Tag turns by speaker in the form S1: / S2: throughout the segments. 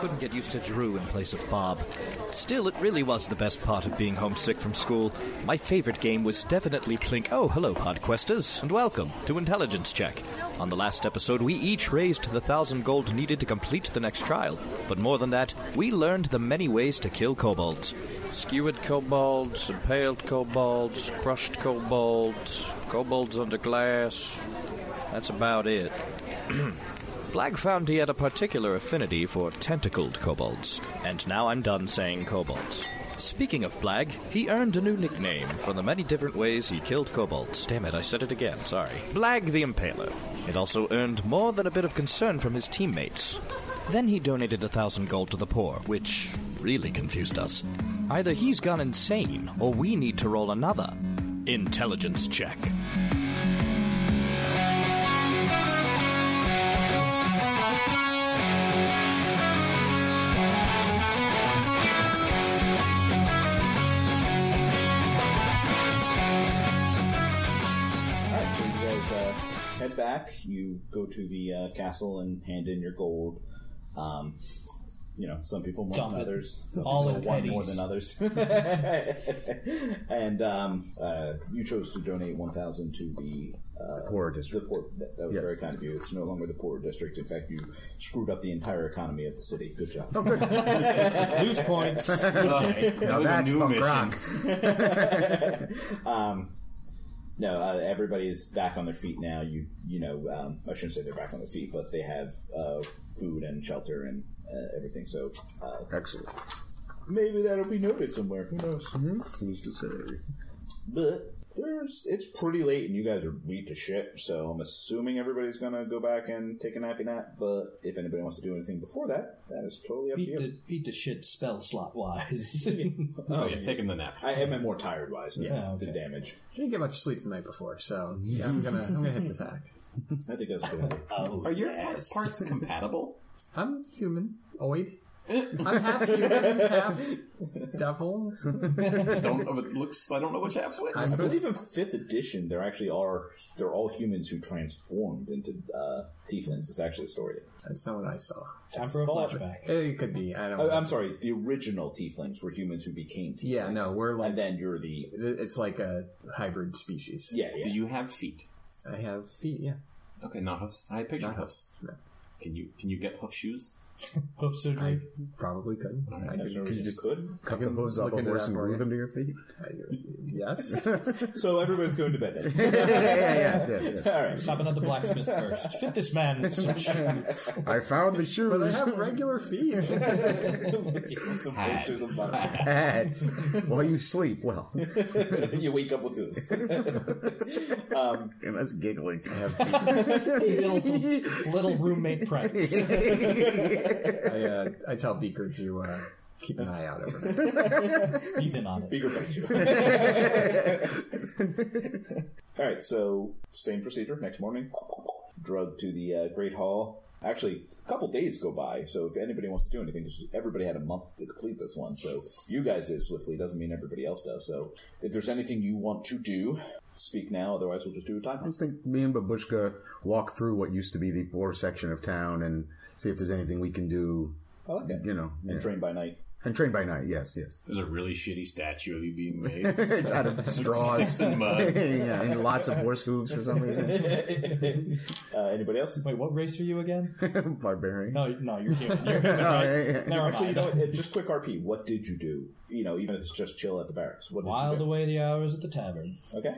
S1: couldn't get used to Drew in place of Bob. Still, it really was the best part of being homesick from school. My favorite game was definitely Plink. Oh, hello, Podquesters, and welcome to Intelligence Check. On the last episode, we each raised the thousand gold needed to complete the next trial. But more than that, we learned the many ways to kill kobolds.
S2: Skewered kobolds, impaled kobolds, crushed kobolds, kobolds under glass. That's about it.
S1: Black found he had a particular affinity for tentacled kobolds, and now I'm done saying kobolds. Speaking of Blag, he earned a new nickname for the many different ways he killed kobolds. Damn it, I said it again, sorry. Blag the Impaler. It also earned more than a bit of concern from his teammates. Then he donated a thousand gold to the poor, which really confused us. Either he's gone insane, or we need to roll another intelligence check.
S3: All right, so you guys uh, head back. You go to the uh, castle and hand in your gold. Um, you know, some people more
S4: Dump
S3: than
S4: it.
S3: others. Some
S4: All
S3: people
S4: in
S3: want more
S4: pennies.
S3: than others. and um, uh, you chose to donate one thousand to the, uh,
S5: poor district.
S3: The poor, that, that was very kind of you. It's no longer the poor district. In fact, you screwed up the entire economy of the city. Good job.
S4: Oh, Lose points.
S5: Now that's
S6: new
S5: punk
S6: mission.
S5: rock.
S3: No, uh, everybody's back on their feet now. You you know, um, I shouldn't say they're back on their feet, but they have uh, food and shelter and uh, everything. So uh,
S5: Excellent. Mm-hmm.
S3: maybe that'll be noted somewhere. Who knows?
S5: Who's to say?
S3: But there's it's pretty late, and you guys are beat to shit. So I'm assuming everybody's gonna go back and take a nappy nap. But if anybody wants to do anything before that, that is totally up
S4: beat
S3: to you.
S4: the beat the shit spell slot wise.
S6: Oh, yeah, taking the nap.
S3: I am more tired wise than
S4: Yeah,
S3: than damage.
S7: Didn't get much sleep the night before, so yeah, I'm gonna I'm gonna hit the sack.
S3: I think that's a good. idea.
S5: Oh,
S6: Are your parts compatible?
S7: I'm human. Oid. I'm half human, half devil.
S6: I don't know. It looks. I don't know which half's which.
S3: I
S7: I'm
S3: believe
S7: just,
S3: in fifth edition, there actually are they're all humans who transformed into uh, tieflings. It's actually a story.
S7: that's not what I saw.
S4: Time for a flashback.
S7: It could be. I don't.
S3: Oh,
S7: know.
S3: I'm sorry, the original tieflings were humans who became tieflings.
S7: Yeah, no, we're like
S3: and then you're the
S7: it's like a hybrid species.
S3: yeah. yeah.
S6: Do you have feet?
S7: I have feet. Yeah.
S6: Okay, not hoofs. I pictured hoofs.
S7: No.
S6: Can you can you get hoof shoes?
S4: Hoof surgery.
S7: Probably could. I
S3: There's no
S7: could, could
S3: reason
S7: you just
S3: you could.
S5: Cut the hose off a
S7: Looking it
S5: horse
S7: up
S5: and
S7: for
S5: glue
S7: you.
S5: them to your feet?
S7: yes.
S3: So everybody's going to bed then.
S5: yeah, yeah, yeah, yeah.
S3: all right.
S4: Stop another blacksmith first. Fit this man with some shoes.
S5: I found the
S7: But I
S5: shoes.
S7: have regular feet.
S3: Some
S6: Had.
S3: pictures of Bob.
S5: Had while you sleep. Well,
S3: you wake up with this.
S5: and that's giggling.
S4: little, little roommate pranks.
S7: I, uh, I tell Beaker to uh, keep an eye out over there.
S4: He's in on it.
S3: Bigger picture. all right. So same procedure. Next morning, drug to the uh, great hall. Actually, a couple days go by, so if anybody wants to do anything, 'cause everybody had a month to complete this one. So you guys did it swiftly doesn't mean everybody else does. So if there's anything you want to do, speak now. Otherwise, we'll just do a
S5: I
S3: timeout.
S5: just think me and Babushka walk through what used to be the poor section of town and see if there's anything we can do.
S3: I like it.
S5: You know, yeah.
S3: And train by night.
S5: and train by night. Yes, yes.
S6: There's a really shitty statue of you being made.
S5: It's out of straws.
S6: Sticks and mud.
S5: yeah, and lots of horse hooves for some reason.
S3: Uh, anybody else?
S4: Wait, what race are you again?
S5: Barbarian.
S4: No, no, you're human. You're
S5: Oh,
S4: human right?
S5: yeah, yeah.
S4: Never
S3: Actually, you
S4: mind.
S3: know, what? Uh, just quick RP. What did you do? You know, even if it's just chill at the barracks. What did
S4: Wild
S3: you
S4: away the hours at the tavern.
S3: do? Okay.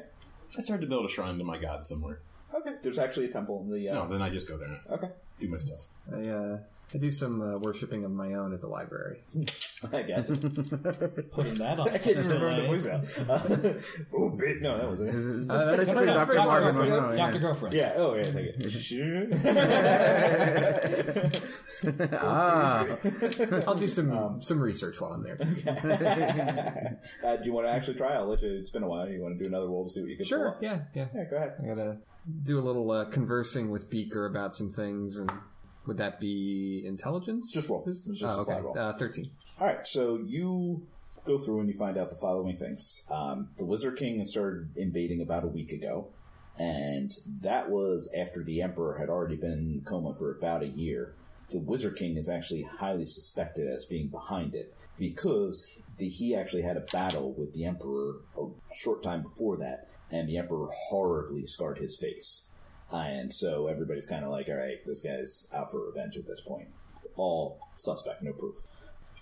S6: I started to build a shrine to my god somewhere.
S3: Okay. There's actually a temple in the. Uh,
S6: No, then I just go there. and
S3: Okay.
S6: Do my stuff.
S7: I, uh, I do some uh, worshipping of my own at the library.
S3: I guess.
S4: Putting that on. I
S3: Kids remember the voice now. oh, bit. No, that wasn't it.
S5: This is basically Dr. Marvin
S4: Doctor,
S5: Monroe.
S4: girlfriend. Doctor
S5: yeah.
S4: girlfriend.
S3: Yeah. Oh, yeah. Take it.
S5: Ah,
S7: I'll do some um, some research while I'm there.
S3: uh, do you want to actually try? I'll let you. It's been a while. You want to do another roll to see what you can
S7: Sure.
S3: pull up?
S7: Yeah. Yeah.
S3: Yeah. Go ahead.
S7: I gotta do a little uh, conversing with Beaker about some things, and would that be intelligence?
S3: Just roll. It's just
S7: oh,
S3: a flat
S7: okay.
S3: roll.
S7: Uh, Thirteen.
S3: All right, so you go through and you find out the following things. Um, the Wizard King started invading about a week ago, and that was after the Emperor had already been in coma for about a year. the Wizard King is actually highly suspected as being behind it because the, he actually had a battle with the Emperor a short time before that, and the Emperor horribly scarred his face. And so everybody's kind of like, all right, this guy's out for revenge at this point. All suspect, no proof.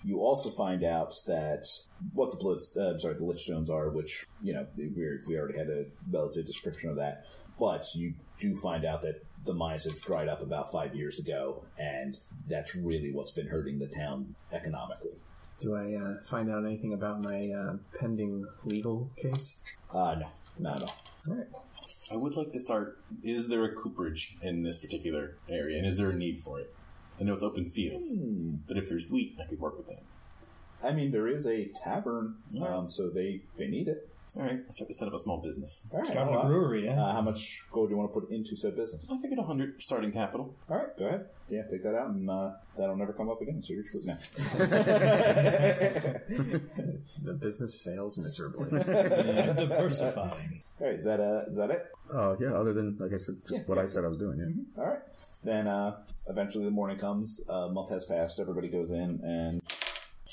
S3: You also find out that what the blood, uh, I'm sorry, the lich stones are, which you know we we already had a relative description of that. But you do find out that the mines have dried up about five years ago, and that's really what's been hurting the town economically.
S7: Do I uh, find out anything about my uh, pending legal case?
S3: Uh, no, not at all.
S7: All right.
S6: I would like to start. Is there a cooperage in this particular area, and is there a need for it? I know it's open fields, but if there's wheat, I could work with that.
S3: I mean, there is a tavern, um, so they they need it.
S6: All right, I'll start to set up a small business.
S3: All
S4: It's
S3: right,
S4: got
S3: all
S4: a
S3: right.
S4: brewery, yeah.
S3: Uh, how much gold do you want to put into said business?
S6: I figured a hundred starting capital.
S3: All right, go ahead. Yeah, take that out, and uh, that'll never come up again. So you're screwed now.
S7: The business fails miserably.
S4: Diversifying.
S3: All right, is that uh, is that it?
S5: Uh, yeah, other than, like I said, just what I said I was doing, yeah. Mm-hmm.
S3: All right. Then uh, eventually the morning comes. A month has passed. Everybody goes in, and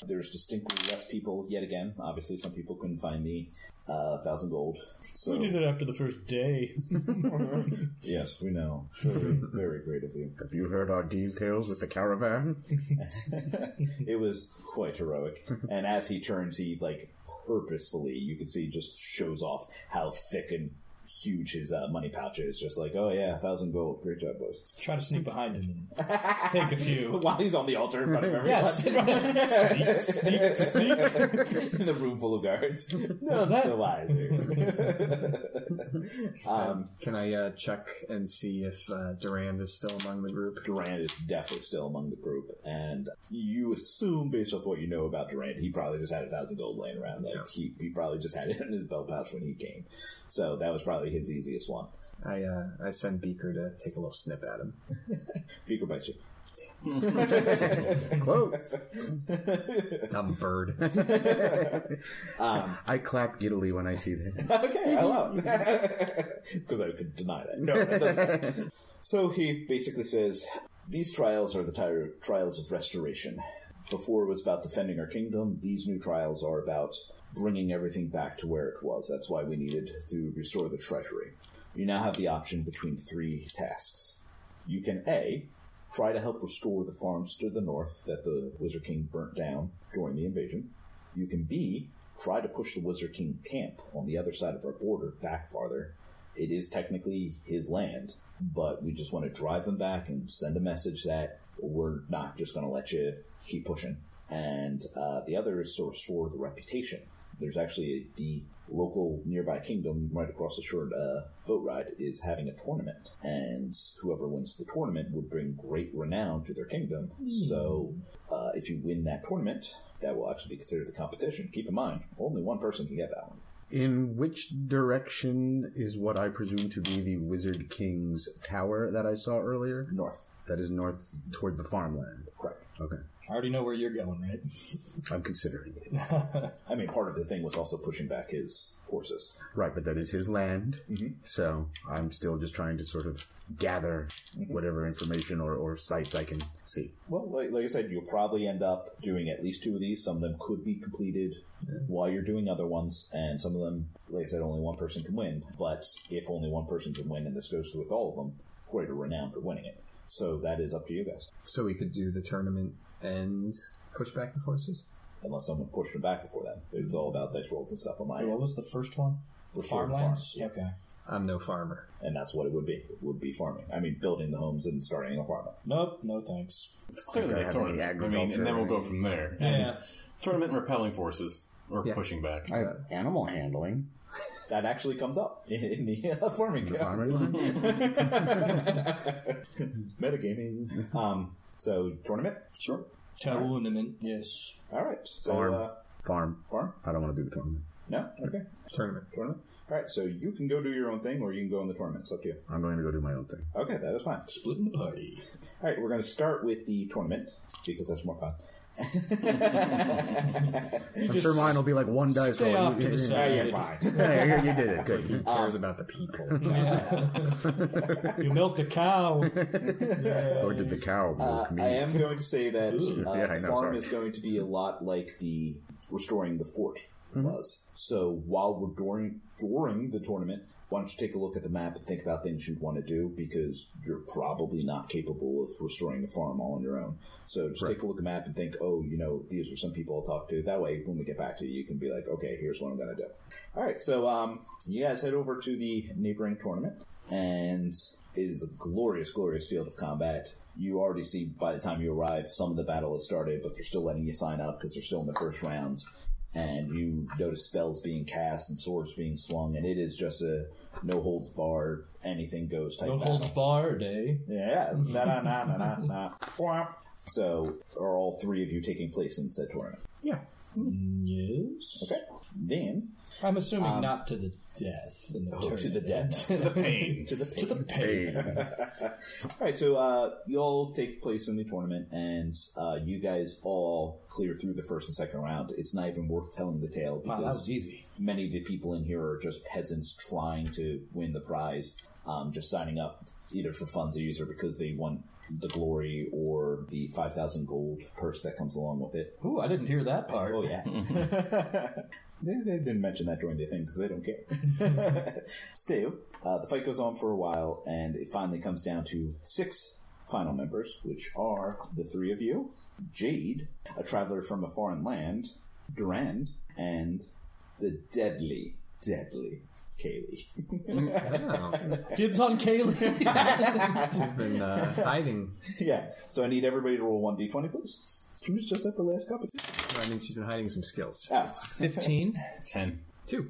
S3: there's distinctly less people yet again. Obviously, some people couldn't find the uh, thousand gold. So
S4: We did it after the first day.
S3: yes, we know. Very, very great of you.
S5: Have you heard our details with the caravan?
S3: It was quite heroic. And as he turns, he like purposefully, you can see, just shows off how thick and huge his uh, money pouch is. Just like, oh yeah, thousand gold. Great job, boys.
S4: Try to sneak behind him and take a few.
S3: While he's on the altar in front of everyone,
S4: Yes. sneak, sneak, sneak.
S3: in the room full of guards,
S4: No, that,
S3: the wiser.
S7: Can I uh, check and see if uh, Durand is still among the group?
S3: Durant is definitely still among the group, and you assume, based off what you know about Durant, he probably just had a thousand gold laying around. Like he, he probably just had it in his belt pouch when he came, so that was probably his easiest one.
S7: I uh, I send Beaker to take a little snip at him.
S3: Beaker bites you.
S5: Close!
S7: Dumb bird.
S5: I clap giddily when I see that.
S3: Okay, I love it. Because I could deny that. No, that doesn't matter. So he basically says these trials are the tire trials of restoration. Before it was about defending our kingdom, these new trials are about bringing everything back to where it was. That's why we needed to restore the treasury. You now have the option between three tasks. You can A, try to help restore the farms to the north that the Wizard King burnt down during the invasion. You can B, try to push the Wizard King camp on the other side of our border back farther. It is technically his land, but we just want to drive them back and send a message that we're not just going to let you keep pushing. And uh, the other is to restore the reputation. There's actually the local nearby kingdom right across the shore uh, boat ride is having a tournament and whoever wins the tournament would bring great renown to their kingdom so uh, if you win that tournament that will actually be considered the competition keep in mind only one person can get that one
S5: In which direction is what I presume to be the Wizard King's tower that I saw earlier?
S3: north
S5: That is north toward the farmland.
S3: correct
S5: Okay.
S4: I already know where you're going, right?
S5: I'm considering it.
S3: i mean part of the thing was also pushing back his forces
S5: Right, but that is his land. So I'm still just trying to sort of gather whatever information or, or sites I can see.
S3: well like, like i said you'll probably end up doing at least two of these some of them could be completed while you're doing other ones and some of them like i said only one person can win but if only one person can win and this goes with all of them greater renown for winning it so that is up to you guys
S7: so we could do the tournament and push back the forces.
S3: unless someone pushed them back before that. It's all about dice rolls and stuff on my
S4: Wait, what
S3: end.
S4: was the first one?
S3: We're short of
S4: Farmlands?
S3: farms, yeah.
S4: Okay.
S7: I'm no farmer.
S3: and that's what it would be. It would be farming. I mean, building the homes and starting a farm.
S4: Nope, no thanks.
S6: It's clearly
S5: Gotta
S6: a
S5: have any
S6: tournament. I mean,
S5: agriculture.
S6: and then we'll go from there.
S4: Yeah.
S6: Tournament repelling forces or
S7: Yeah.
S6: pushing back.
S5: I have animal handling.
S3: That actually comes up in, in the uh, farming.
S5: Farmers.
S3: Metagaming. um, so tournament.
S6: Sure.
S4: Tournament, yes.
S3: All right. So
S5: Farm.
S3: Uh,
S5: Farm.
S3: farm.
S5: I don't want to do the tournament.
S3: No. Okay.
S7: Tournament.
S3: Tournament. All right. So you can go do your own thing, or you can go in the tournament. It's up to you.
S5: I'm going to go do my own thing.
S3: Okay, that is fine.
S4: Splitting the party.
S3: All right, we're going to start with the tournament because that's more fun.
S5: I'm sure mine will be like one dice
S4: stay
S5: roll.
S4: off to the side.
S5: Yeah, fine. Yeah, you- you did it. Good.
S7: cares about the people.
S4: You milked a cow.
S5: Or did the cow milk me?
S3: Uh, I am going to say that uh,
S5: Yeah, I
S3: the
S5: know,
S3: farm
S5: sorry.
S3: is going to be a lot like the restoring the fort
S5: Mm-hmm.
S3: was. So while we're during during the tournament, why don't you take a look at the map and think about things you'd want to do because you're probably not capable of restoring the farm all on your own. So just take a look at the map and think, oh, you know, these are some people I'll talk to. That way, when we get back to you, you can be like, okay, here's what I'm going to do. All right, so um, you guys head over to the neighboring tournament and it is a glorious, glorious field of combat. You already see by the time you arrive, some of the battle has started, but they're still letting you sign up because they're still in the first rounds. And you notice spells being cast and swords being swung, and it is just a no holds barred, anything goes type
S4: No
S3: battle.
S4: holds barred, eh?
S3: yeah, na na na na na na. Whomp. So, are all three of you taking place in said tournament?
S4: Yeah. Yes.
S3: Okay. Then,
S4: I'm assuming not to the death. In the
S3: Um, oh, to the
S4: tournament.
S3: death, to the pain, to the pain, to the All right, so uh, you all take place in the tournament, and uh, you guys all clear through the first and second round. It's not even worth telling the tale
S4: Wow,
S3: because
S4: that was easy.
S3: many of the people in here are just peasants trying to win the prize, um, just signing up either for funsies or because they want the glory or the five thousand gold purse that comes along with it.
S4: Ooh, I didn't hear that part.
S3: Oh yeah. they, they didn't mention that during the thing because they don't care. so uh, the fight goes on for a while, and it finally comes down to six final members, which are the three of you, Jade, a traveler from a foreign land, Durand, and the deadly, deadly Kaylee.
S7: No,
S4: Dibs on Kaylee.
S7: she's been uh, hiding.
S3: yeah. So I need everybody to roll one d20, please. She was just at the last competition.
S7: I mean, she's been hiding some skills.
S3: Oh,
S2: 15.
S6: Ten.
S7: Two.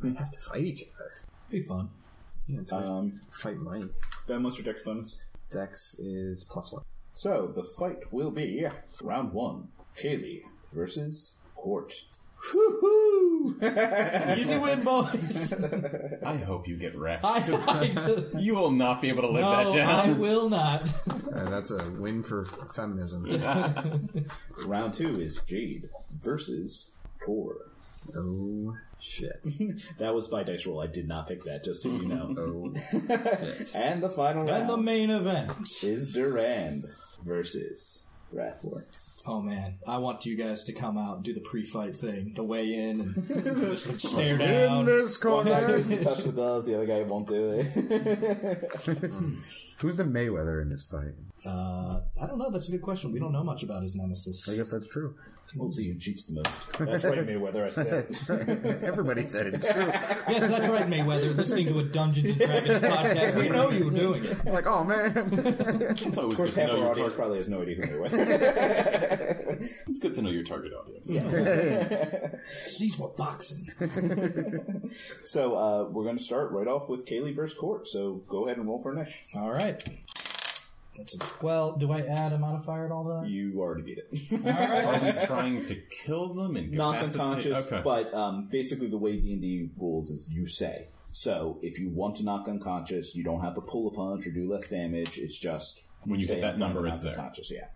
S7: We have to fight each other.
S4: Be fun.
S7: Yeah, it's
S3: um,
S7: fight mine.
S3: Ben, what's your dex bonus?
S7: Dex is plus one.
S3: So the fight will be round one: Kaylee versus Hort.
S4: Easy win, boys.
S6: I hope you get wrecked.
S3: Uh,
S4: I, I do-
S6: you will not be able to live
S4: no,
S6: that
S4: I
S6: down.
S4: will not.
S7: Uh, that's a win for feminism.
S3: Round two is Jade versus Tor.
S7: oh shit.
S3: That was by dice roll. I did not pick that, just so you know.
S7: Oh
S3: and the final
S4: And the
S3: round
S4: main event.
S3: is Durand versus Wrathborn.
S4: Oh man, I want you guys to come out, and do the pre-fight thing, the weigh-in, and just like, stare down.
S5: this
S3: One guy goes to touch the bells, the other guy won't do it.
S5: Who's the Mayweather in this fight?
S4: Uh, I don't know. That's a good question. We don't know much about his nemesis.
S5: I guess that's true.
S3: we'll see who cheats the most. That's right, Mayweather. I said.
S5: Everybody said it. It's true.
S4: Yes, that's right, Mayweather. Listening to a Dungeons and Dragons podcast, we know you were doing it.
S5: I'm like, oh man.
S6: It's always
S3: Of course,
S6: good
S3: half
S6: to know
S3: our
S6: your
S3: audience
S6: tar-
S3: probably has no idea who Mayweather.
S6: It's good to know your target audience.
S4: These were boxing.
S3: is. so uh, we're going to start right off with Kaylee versus Court. So go ahead and roll for Nish.
S4: All right. That's a twelve. Do I add a modifier at all to that?
S3: You already beat it.
S6: Are we trying to kill them and
S3: not
S6: incapacitate-
S3: unconscious,
S6: Okay.
S3: but um, basically the way D and D rules is you say. So if you want to knock unconscious, you don't have to pull a punch or do less damage. It's just
S6: When you
S3: say
S6: hit that
S3: I'm trying to
S6: number,
S3: knock
S6: it's there.
S3: Unconscious, yeah,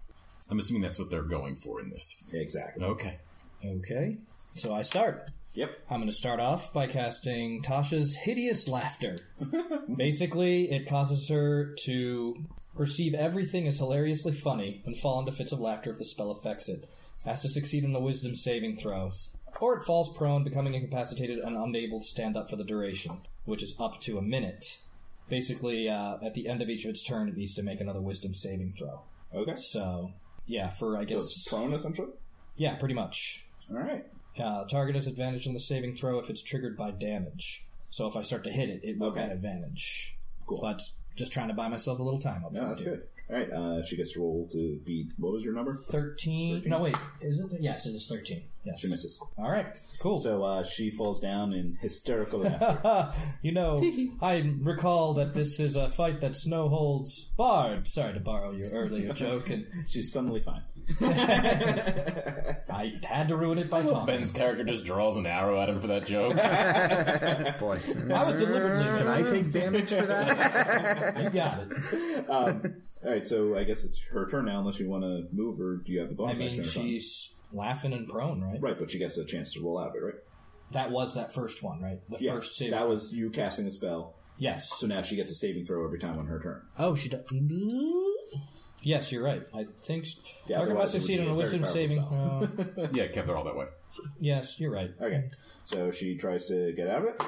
S6: I'm assuming that's what they're going for in this.
S3: exactly.
S6: Okay.
S4: Okay. So I start.
S3: Yep.
S4: I'm going to start off by casting Tasha's Hideous Laughter. Basically, it causes her to perceive everything as hilariously funny and fall into fits of laughter if the spell affects it. Has to succeed in the Wisdom saving throw. Or it falls prone, becoming incapacitated and unable to stand up for the duration, which is up to a minute. Basically, uh, at the end of each of its turn, it needs to make another Wisdom saving throw.
S3: Okay. So
S4: So, yeah, for, I
S3: it's
S4: guess.
S3: prone essentially.
S4: Yeah, pretty much.
S3: All right.
S4: Uh, target has advantage on the saving throw if it's triggered by damage. So if I start to hit it, it will
S3: Okay.
S4: get advantage.
S3: Cool.
S4: But just trying to buy myself a little time up
S3: No,
S4: front
S3: that's
S4: here.
S3: good. All right. Uh, she gets to roll to beat. What was your number?
S4: 13. No, wait. Is it? Yes, it is 13. Yes.
S3: She misses.
S4: All right. Cool.
S3: So uh, she falls down in hysterical laughter.
S4: you know, I recall that this is a fight that Snow holds barred. Sorry to borrow your earlier joke. And
S3: She's suddenly fine.
S4: I had to ruin it by Tom.
S6: Ben's character just draws an arrow at him for that joke.
S7: Boy, can
S4: I was deliberately.
S7: I take damage for that?
S4: You got it.
S3: All right, so I guess it's her turn now, unless you want to move, or do you have the
S4: I
S3: bonus
S4: mean,
S3: action? or something?
S4: she's laughing and prone, right?
S3: right, but she gets a chance to roll out of it, right?
S4: That was that first one, right? The
S3: Yeah,
S4: first save.
S3: that was you casting a spell,
S4: yes.
S3: so now she gets a saving throw every time on her turn.
S4: Oh, she does. Yes, you're right. I think. s-
S3: Yeah,
S4: Target
S3: otherwise
S4: must
S3: it would
S4: succeed
S3: be
S4: on a
S3: a very
S4: wisdom
S3: powerful
S4: saving. throw.
S6: yeah, kept her all that way.
S4: yes, you're right.
S3: Okay, so she tries to get out of it.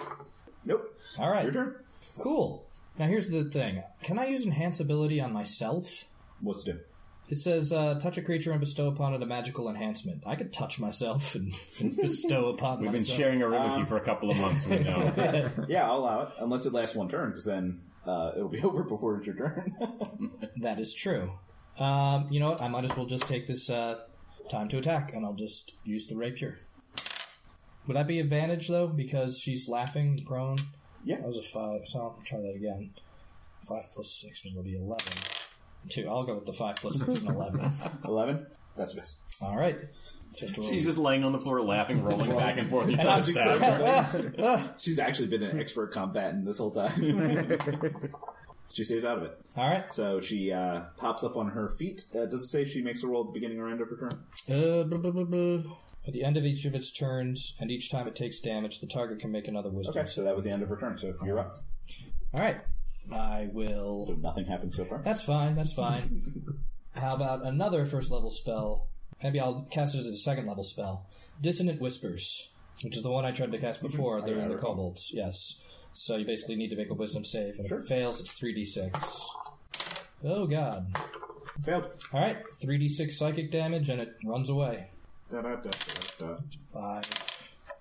S3: Nope.
S4: All right.
S3: Your turn.
S4: Cool. Now here's the thing. Can I use enhance ability on myself?
S3: What's to do?
S4: It says uh, touch a creature and bestow upon it a magical enhancement. I could touch myself and, and bestow upon
S6: We've been
S4: myself.
S6: sharing a room with you for a couple of months. We know.
S3: Um, Yeah, I'll allow it, unless it lasts one turn, because then uh, it'll be over before it's your turn.
S4: That is true. Um, you know what? I might as well just take this uh, time to attack, and I'll just use the rapier. Would that be advantage though, because she's laughing prone?
S3: Yeah.
S4: that was a five. So I'll try that again. Five plus six will be eleven. Two. I'll go with the five plus six and eleven.
S3: Eleven. That's the best.
S4: All right. Just a roll.
S6: She's just laying on the floor, laughing, rolling back and forth. You try to stab her.
S3: She's actually been an expert combatant this whole time. she saves out of it.
S4: All right.
S3: So she uh, pops up on her feet. Uh, does it say she makes a roll at the beginning or end of her turn?
S4: Uh, blah, blah, blah, blah. At the end of each of its turns, and each time it takes damage, the target can make another wisdom.
S3: Okay, so that was the end of her turn. So you're up.
S4: All right. I will.
S3: So nothing happened so far.
S4: That's fine. That's fine. How about another first level spell? Maybe I'll cast it as a second level spell. Dissonant Whispers, which is the one I tried to cast before. They're in the kobolds. Yes. So you basically need to make a Wisdom save, and if it fails, it's three d six. Oh God!
S3: Failed.
S4: All right, three d six psychic damage, and it runs away.
S3: Da, da, da, da, da.
S4: Five,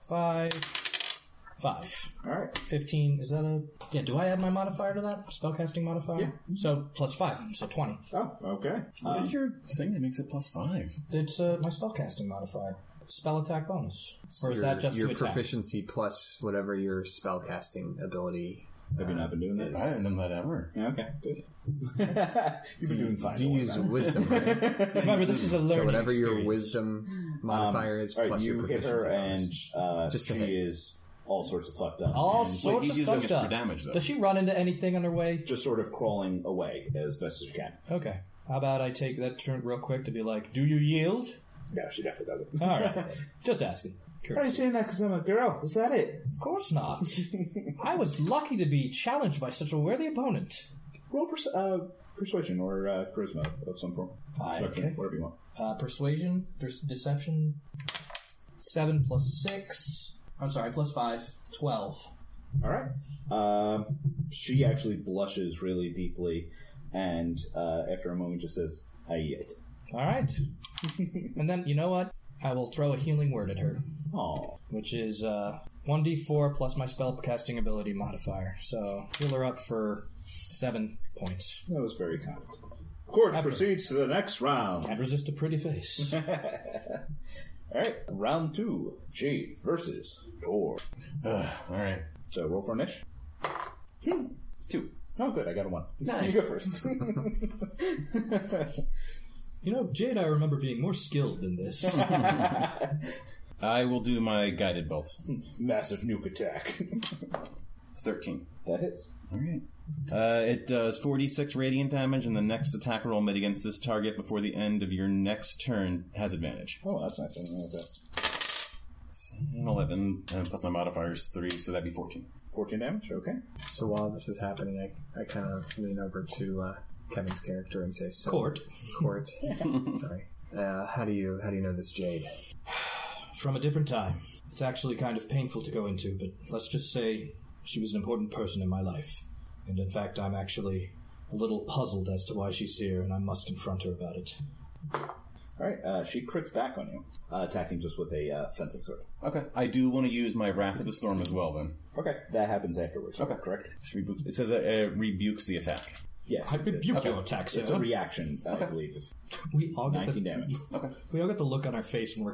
S4: five, five.
S3: All right.
S4: 15 is that a yeah do i add my modifier to that spellcasting modifier
S3: Yeah.
S4: so plus 5 so 20
S3: Oh, okay.
S6: What
S3: Um,
S6: is your thing that makes it plus five?
S4: It's uh, my spellcasting modifier. Spell attack bonus. or is
S7: your,
S4: that just
S7: your
S4: to attack?
S7: proficiency plus whatever your spellcasting ability?
S3: have you not been doing
S6: I
S3: that?
S6: haven't done that ever.
S3: Yeah, Okay, good. You've been doing fine.
S7: Do
S3: don't
S7: you
S3: worry
S7: use
S3: about it.
S7: wisdom? Right?
S4: Remember, this is a learning
S7: so whatever your
S4: experience.
S7: wisdom modifier is
S3: All
S7: plus
S3: right,
S7: your
S3: you hit
S7: proficiency.
S3: her, and
S7: bonus.
S3: uh,
S7: Just a
S3: she
S7: hit.
S3: is all sorts of fucked up.
S4: All
S3: And
S4: sorts
S6: he's
S4: of
S6: using
S4: fucked
S6: it for
S4: up.
S6: damage, though.
S4: Does she run into anything on her way?
S3: just sort of crawling away as best as you can.
S4: Okay. How about I take that turn real quick to be like, do you yield?
S3: Yeah, she definitely doesn't.
S4: All right. just asking. Courtesy.
S3: saying that because I'm a girl. Is that it?
S4: Of course not. I was lucky to be challenged by such a worthy opponent.
S3: Roll pers- uh, persuasion or uh, charisma of some form.
S4: Aye,
S3: Spectrum,
S4: okay.
S3: Whatever you want.
S4: Uh, persuasion, des- deception, 7 plus 6. I'm sorry, plus 5, 12.
S3: All right. Um she actually blushes really deeply, and uh, after a moment, just says, "I yield."
S4: All right. and then, you know what? I will throw a healing word at her.
S3: Oh,
S4: which is uh, 1d4 plus my spell casting ability modifier. So heal her up for seven points.
S3: that was very kind. Court proceeds to the next round.
S4: Can't resist a pretty face.
S3: All right, round two: Jade versus Tor.
S6: Ugh, all right.
S3: So roll for an ish. Hmm,
S6: Two.
S3: Oh, good. I got a one.
S6: Nice.
S3: You go first.
S4: you know, Jade, I remember being more skilled than this.
S6: I will do my guided bolts.
S3: Massive nuke attack.
S6: Hmm, It's 13.
S3: that hits.
S6: All right. Uh, it does 46 radiant damage, and the next attack roll made against this target before the end of your next turn has advantage.
S3: Oh, that's nice. I didn't realize that.
S6: And 11, and plus my modifier is 3, so that'd be 14.
S3: 14 damage, okay.
S7: so while this is happening, I, I kind of lean over to uh, Kevin's character and say, so,
S4: Court.
S7: court. sorry. Uh, how do you how do you know this jade?
S4: From a different time. It's actually kind of painful to go into, but let's just say she was an important person in my life. And in fact, I'm actually a little puzzled as to why she's here, and I must confront her about it.
S3: All right, uh, she crits back on you, uh, attacking just with a uh, fencing sword.
S6: Okay. I do want to use my Wrath of the Storm as well, then.
S3: Okay, that happens afterwards. Okay, correct.
S6: She rebu- It says it uh, rebukes the attack.
S3: Yes,
S4: I
S3: it-
S4: rebuke
S3: okay.
S4: your attack,
S3: It's a
S4: sir.
S3: reaction, I believe. If
S4: We all get
S3: 19
S4: the
S3: damage.
S4: we all get the look on our face when we're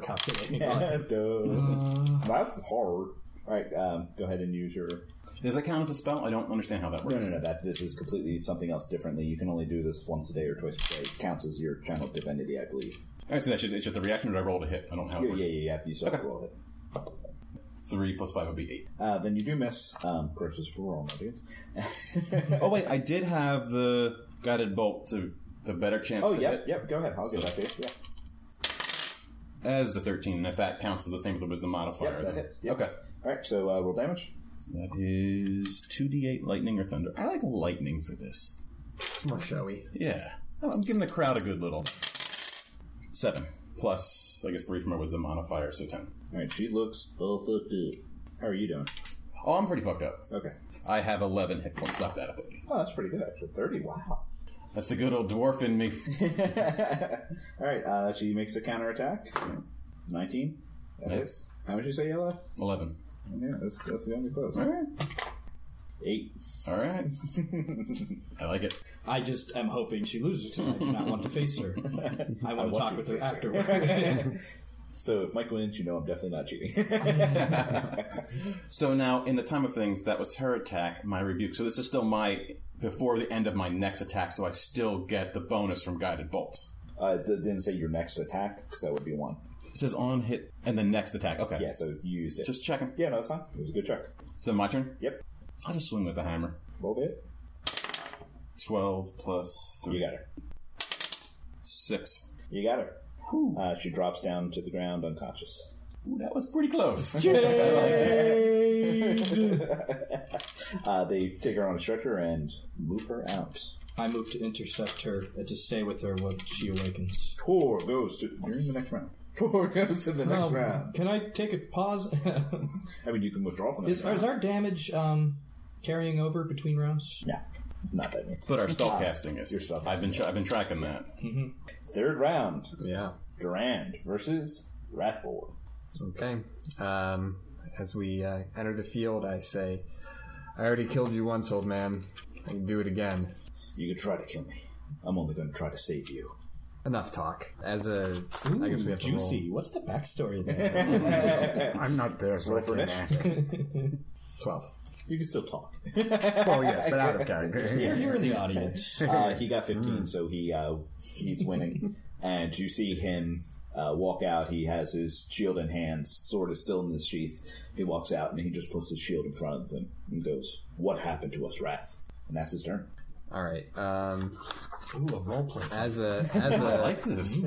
S4: calculating.
S3: Duh. That's hard. All right, um, go ahead and use your.
S6: Does that count as a spell? I don't understand how that works.
S3: No, no, no. That this is completely something else differently. You can only do this once a day or twice a day. It counts as your channel divinity, I believe.
S6: All right, so that's just, it's just a reaction that I rolled a hit. I don't know how it
S3: Yeah,
S6: works.
S3: yeah, yeah. You have to use okay. roll it.
S6: Three plus five would be eight.
S3: Uh, then you do miss. Um, curses for rolling against.
S6: Oh wait, I did have the guided bolt to the better chance.
S3: Oh,
S6: to
S3: yep,
S6: hit
S3: yep. Go ahead. I'll get
S6: So-
S3: back to you. Yeah.
S6: as the thirteen, and if that counts as the same with the wisdom modifier,
S3: Yep, that
S6: then-
S3: hits. Yep.
S6: Okay,
S3: All right. So uh, roll damage.
S6: that is two d eight lightning or thunder. I like lightning for this.
S7: It's more showy.
S6: Yeah, Oh, I'm giving the crowd a good little seven plus. I guess three from my wisdom modifier, so ten.
S3: All right. She looks all fucked up. How are you doing?
S6: Oh, I'm pretty fucked up.
S3: Okay.
S6: I have eleven hit points left out of thirty.
S3: Oh, that's pretty good actually. Thirty. Wow.
S6: That's the good old dwarf in me.
S3: All right. Uh, she makes a counterattack. Nineteen. That
S6: Hits.
S3: hits. How much you say, Yellow?
S6: Eleven.
S3: Yeah, that's that's the only close.
S6: All right.
S3: Eight.
S6: All right. I like it.
S4: I just am hoping she loses tonight. I do not want to face her. I want to talk
S3: you
S4: with
S3: to
S4: her
S3: face her.
S4: afterward.
S3: So if Mike wins, you know I'm definitely not cheating.
S6: So now, in the time of things, that was her attack, my rebuke. So this is still my before the end of my next attack. So I still get the bonus from guided bolt.
S3: uh, it didn't say your next attack because that would be one.
S6: It says on hit and the next attack. Okay.
S3: Yeah, so you used it.
S6: Just checking.
S3: yeah, no, that's fine. It was a good check.
S6: So my turn.
S3: Yep.
S6: I'll just swing with the hammer.
S3: Roll it.
S6: Twelve plus
S3: You
S6: three.
S3: got her.
S6: Six.
S3: You got her. Uh, she drops down to the ground unconscious.
S6: Ooh, that was pretty close.
S3: Uh, they take her on a stretcher and move her out.
S4: I move to intercept her and to stay with her when she awakens.
S3: Tor goes to during the next round. Tor goes to the next
S4: Um,
S3: round.
S4: Can I take a pause?
S3: I mean, you can withdraw from the
S4: is,
S3: next round.
S4: is our damage um, carrying over between rounds?
S3: Yeah, not that many.
S6: But our spell casting is.
S3: Your spellcasting,
S6: I've been tra- I've been tracking that.
S3: Third round:
S7: Yeah.
S3: Durand versus Wrathbore.
S7: Okay. Um, as we uh, enter the field, I say, I already killed you once, old man. I can do it again.
S3: You could try to kill me. I'm only going to try to save you.
S7: Enough talk. As a, I guess we have to roll.
S4: Juicy. What's the backstory there?
S5: I'm not there, so I
S3: for
S5: can't ask.
S7: 12.
S3: You can still talk.
S5: well, Oh, yes, but out of character.
S4: You're in the audience.
S3: Uh, he got 15, so he uh, he's winning. and you see him uh, walk out. He has his shield in hand, sword is still in his sheath. He walks out and he just puts his shield in front of him and goes, "What happened to us, Wrath?" And that's his turn.
S7: All right. Um,
S4: Ooh, a roleplay.
S7: as a, as
S6: I
S7: a,
S6: like this.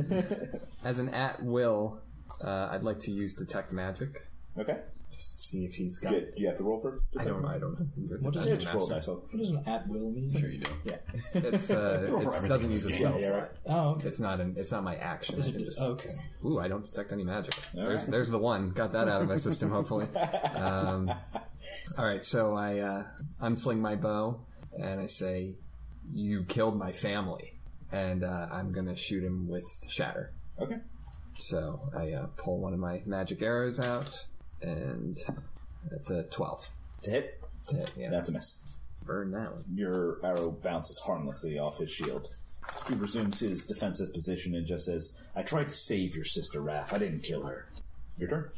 S7: as an at will, uh, I'd like to use detect magic
S3: Okay.
S7: just to see if he's got.
S3: Do do you have to roll for? it?
S7: I don't. I don't. know.
S4: What does
S3: Yeah,
S4: it?
S3: just roll dice. I'll-
S4: What does an at will mean?
S6: Sure you do.
S3: Yeah.
S7: It's, uh,
S6: Throw for
S7: it
S6: everything
S7: doesn't
S6: in
S7: use a
S6: this
S7: spell
S6: game.
S3: Yeah,
S7: slot.
S3: right.
S4: Oh, okay.
S7: It's not an. It's not my action. I can just-
S3: oh.
S4: Okay.
S7: Ooh, I don't detect any magic. There's, there's the one. Got that out of my system, hopefully. Um, all right, so I uh, unsling my bow and I say, You killed my family. And uh, I'm going to shoot him with shatter.
S3: Okay.
S7: So I uh, pull one of my magic arrows out, and that's a 12
S3: To hit.
S7: to hit. Yeah,
S3: That's a miss.
S7: burn that one.
S3: Your arrow bounces harmlessly off his shield. He resumes his defensive position and just says, "I tried to save your sister, Wrath. I didn't kill her." Your turn.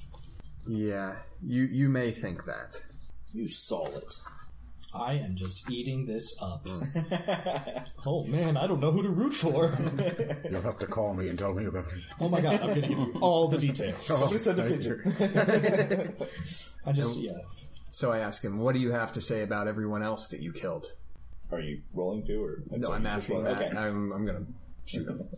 S7: Yeah, you, you may think that.
S3: You saw it.
S4: I am just eating this up. oh man, I don't know who to root for.
S5: You'll have to call me and tell me about it.
S4: oh my god, I'm gonna give you all the details.
S5: Oh,
S3: send a
S5: thank
S3: picture.
S5: you.
S4: I just yeah.
S7: So I ask him, What do you have to say about everyone else that you killed?
S3: Are you rolling too, or
S7: No, I'm asking that.
S3: Okay.
S7: I'm, I'm going to shoot him.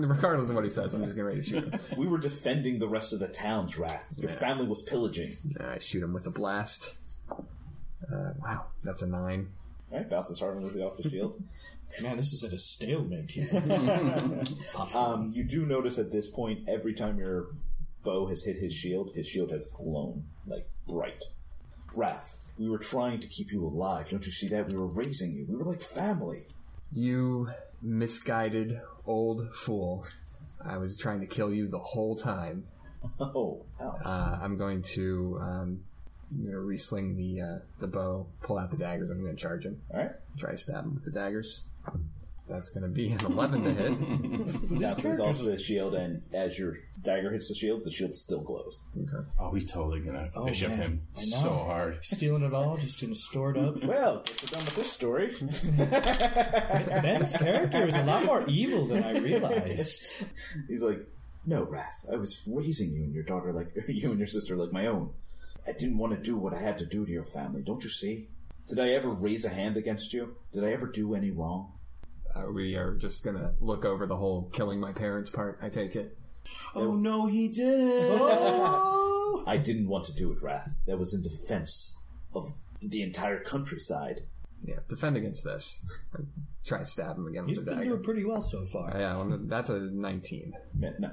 S7: Regardless of what he says, I'm just going to shoot him.
S3: We were defending the rest of the town's wrath. Your family was pillaging.
S7: Uh, I shoot him with a blast. Uh, wow, that's a nine.
S3: All right, bounces harmlessly off the shield.
S4: Man, this is at a stalemate here.
S3: um, you do notice at this point, every time your bow has hit his shield, his shield has glown like bright. Wrath, we were trying to keep you alive. Don't you see that? We were raising you. We were like family.
S7: You misguided old fool. I was trying to kill you the whole time.
S3: Oh, ow.
S7: Uh, I'm going to. Um, I'm going to resling the uh, the bow, pull out the daggers. I'm going to charge him.
S3: all right.
S7: Try to stab him with the daggers. That's going to be an 11 to hit.
S3: Bounces off the shield, and as your dagger hits the shield, the shield still glows.
S6: Oh, he's totally gonna bishop
S4: man.
S6: him
S4: I know.
S6: so hard.
S4: Stealing it all, just gonna store it up.
S3: Well, guess we're done with this story.
S4: Ben's character is a lot more evil than I realized.
S3: He's like, "No, Wrath. I was raising you and your daughter like you and your sister like my own. I didn't want to do what I had to do to your family. Don't you see? Did I ever raise a hand against you? Did I ever do any wrong?
S7: Uh, we are just going to look over the whole killing my parents part, I take it.
S6: Oh no, he did it!
S3: I didn't want to do it, Wrath. That was in defense of the entire countryside.
S7: Yeah, defend against this. Try to stab him again
S4: He's
S7: with a
S4: been doing
S7: dagger. Uh,
S4: pretty well so far.
S7: Yeah, well, that's a 19.
S3: Man, no.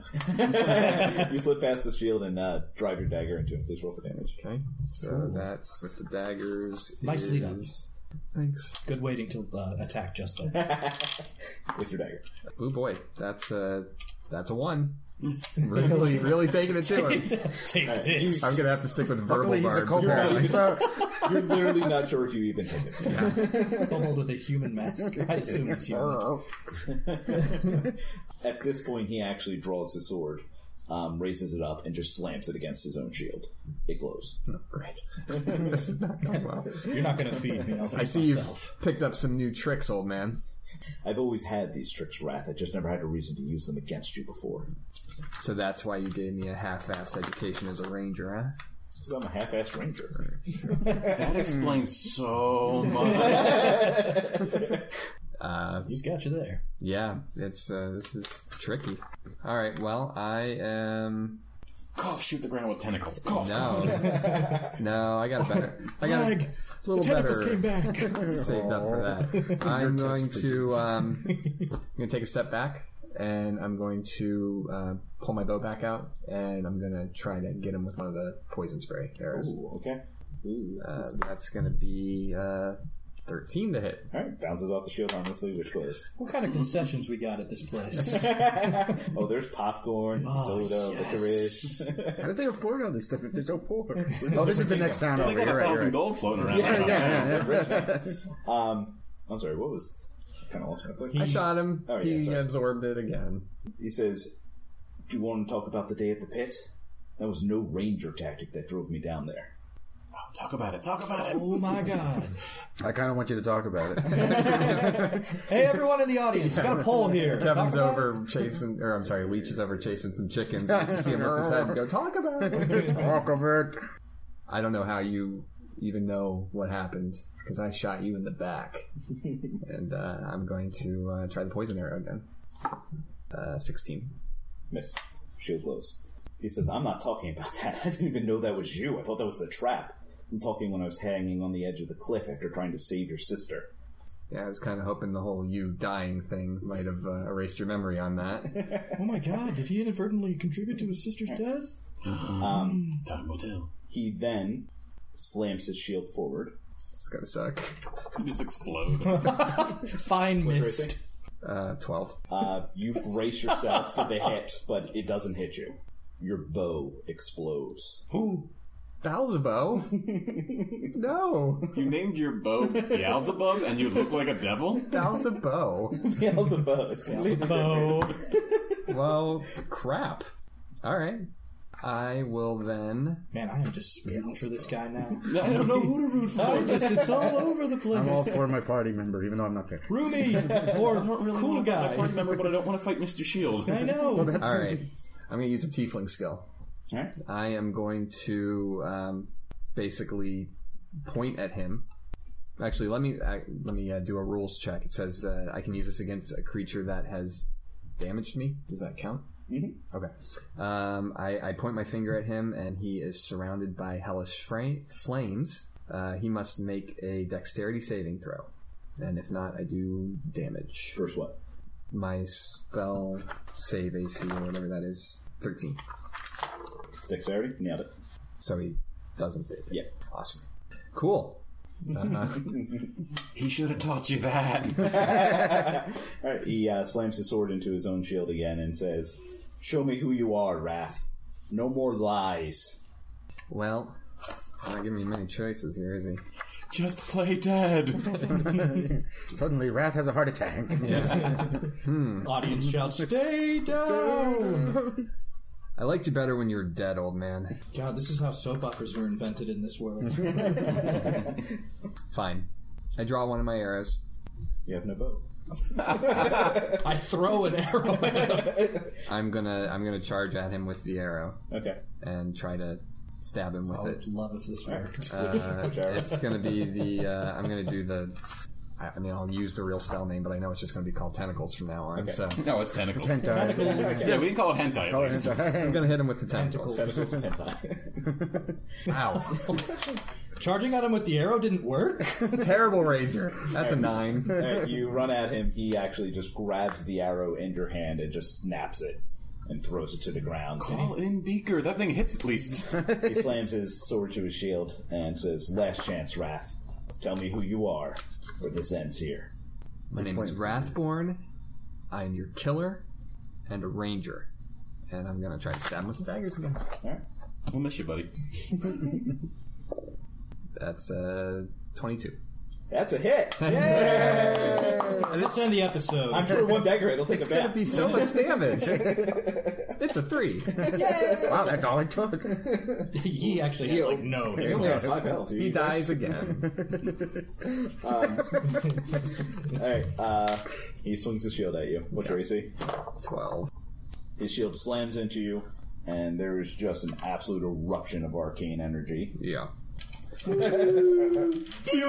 S3: you slip past the shield and uh, drive your dagger into him. Please roll for damage.
S7: Okay, so that's with the daggers.
S4: Nice lead up.
S7: is- Thanks.
S4: Good waiting to uh, attack Justin.
S3: With your dagger.
S7: Oh boy, that's a that's a one. really, really taking it to him.
S4: Take this.
S7: I'm gonna have to stick with verbal
S2: Luckily, he's a
S7: barbs.
S2: kobold.
S7: apparently.
S2: So,
S3: You're literally not sure if you even took it.
S4: Bubbled with a human mask. I assume it's human.
S7: Oh,
S3: At this point, he actually draws his sword, um, raises it up, and just slams it against his own shield. It glows.
S7: great. this is not going well.
S4: You're not gonna feed me. I'll feed
S7: I see
S4: myself.
S7: you've picked up some new tricks, old man.
S3: I've always had these tricks, Wrath. I just never had a reason to use them against you before.
S7: So that's why you gave me a half-ass education as a ranger, huh?
S3: Because I'm a half-assed ranger.
S6: That explains so much.
S4: He's got you there.
S7: Yeah, it's uh, this is tricky. All right, well, I am
S6: Cough, shoot the ground with tentacles. Cough.
S7: no, no. I got a better. I got a little better.
S4: back.
S7: saved up for that. I'm going to um, I'm going to take a step back and I'm going to uh, pull my bow back out and I'm going to try to get him with one of the poison spray arrows.
S3: Ooh, okay. Ooh.
S7: Uh, that's going to be uh, 13 to hit.
S3: All right, bounces off the shield harmlessly, which glows.
S4: what kind of concessions we got at this place?
S3: Oh, there's popcorn,
S4: Oh,
S3: soda,
S4: yes.
S3: licorice.
S5: How did they afford all this stuff if they're so poor? oh, this is the next town over.
S6: They got
S5: You're
S6: a
S5: right,
S6: thousand
S5: you're right.
S6: gold floating around.
S5: Yeah, yeah, yeah.
S3: Um, I'm sorry. What was kind of lost my
S7: I
S3: place?
S7: shot him.
S3: Oh, yeah,
S7: he
S3: sorry.
S7: absorbed it again.
S3: He says, "Do you want to talk about the day at the pit? That was no ranger tactic that drove me down there."
S6: Talk about it. Talk about it.
S4: oh my god.
S5: I kind of want you to talk about it.
S4: Hey, everyone in the audience, got a poll here.
S7: Kevin's over chasing, or I'm sorry, Leech is over chasing some chickens. I can see him lift his head and go, talk about it.
S5: Talk of it.
S7: I don't know how you even know what happened because I shot you in the back, and uh, I'm going to uh, try the poison arrow again. Uh, Sixteen.
S3: Miss. Shield glows. He says, "I'm not talking about that. I didn't even know that was you. I thought that was the trap." I'm talking when I was hanging on the edge of the cliff after trying to save your sister.
S7: Yeah, I was kind of hoping the whole you dying thing might have uh, erased your memory on that.
S4: Oh my god, did he inadvertently contribute to his sister's death?
S6: Time will tell.
S3: He then slams his shield forward.
S7: It's gonna suck.
S6: You just explode.
S4: Fine missed.
S3: racing?
S7: Uh, Twelve.
S3: Uh, you brace yourself for the hit, but it doesn't hit you. Your bow explodes.
S7: Beelzebub? no,
S6: you named your bow Beelzebub and you look like a devil?
S7: Beelzebub.
S3: Beelzebub. It's completely
S4: Bo.
S7: Well, crap. All right. I will then.
S4: Man, I am just spitting for this guy now.
S6: I don't know who to root for.
S4: I just, it's all over the place.
S5: I'm all for my party member, even though I'm not there.
S4: Roomy, or cool guy.
S6: I remember, but I don't want to fight Mr. Shield.
S4: I know.
S7: All right. I'm gonna use a tiefling skill.
S3: Alright.
S7: I am going to um, basically point at him. Actually, let me I, let me uh, do a rules check. It says uh, I can use this against a creature that has damaged me. Does that count? Mm-hmm. Okay. Um, I, I point my finger at him, and he is surrounded by hellish fra- flames. Uh, he must make a dexterity saving throw, and if not, I do damage.
S3: First one.
S7: My spell save AC or whatever that is, thirteen.
S3: Dexterity? Nailed it.
S7: So he doesn't do it.
S3: Yeah.
S7: Awesome. Cool. Uh,
S6: He should have taught you that.
S3: Alright, he uh, slams his sword into his own shield again and says, Show me who you are, Wrath. No more lies.
S7: Well, not giving me many choices here, is he?
S6: Just play dead.
S5: Suddenly, Wrath has a heart attack.
S4: Audience shouts, "Stay down!"
S7: I liked you better when you were dead, old man.
S4: God, this is how soap operas were invented in this world.
S7: Fine. I draw one of my arrows.
S3: You have no bow.
S4: I throw an arrow at him.
S7: I'm gonna I'm gonna charge at him with the arrow
S3: Okay.
S7: and try to stab him with
S4: I
S7: it.
S4: would love if this were.
S7: Uh,
S3: Which arrow?
S7: it's gonna be the uh, I'm gonna do the I I mean I'll use the real spell name, but I know it's just gonna be called tentacles from now on. So I'm
S6: No, it's tentacles.
S5: Hentai.
S6: Yeah, we can call it hentai at least.
S5: Hentai.
S7: gonna hit him with the tentacles. Wow,
S4: Charging at him with the arrow didn't work.
S7: terrible ranger. That's a nine.
S3: Alright, you run at him. He actually just grabs the arrow in your hand and just snaps it and throws it to the ground.
S6: Call in Beaker. That thing hits at least.
S3: He slams his sword to his shield and says, "Last chance, Wrath. Tell me who you are, or this ends here."
S7: My name is Wrathborn. I am your killer and a ranger, and I'm gonna try to stab him with the daggers again.
S6: We'll miss you, buddy.
S7: That's uh, 22.
S3: That's a hit.
S4: Let's end the episode.
S3: I'm sure one dagger hit will take a
S7: That'd
S3: bath.
S7: be so much damage. it's a three.
S5: Wow, that's all it took.
S4: he actually has like no hair
S3: only have five health.
S7: He dies again.
S3: All right. Uh, he swings his shield at you. What's your AC?
S7: 12.
S3: His shield slams into you, and there is just an absolute eruption of arcane energy.
S7: Yeah.
S6: See you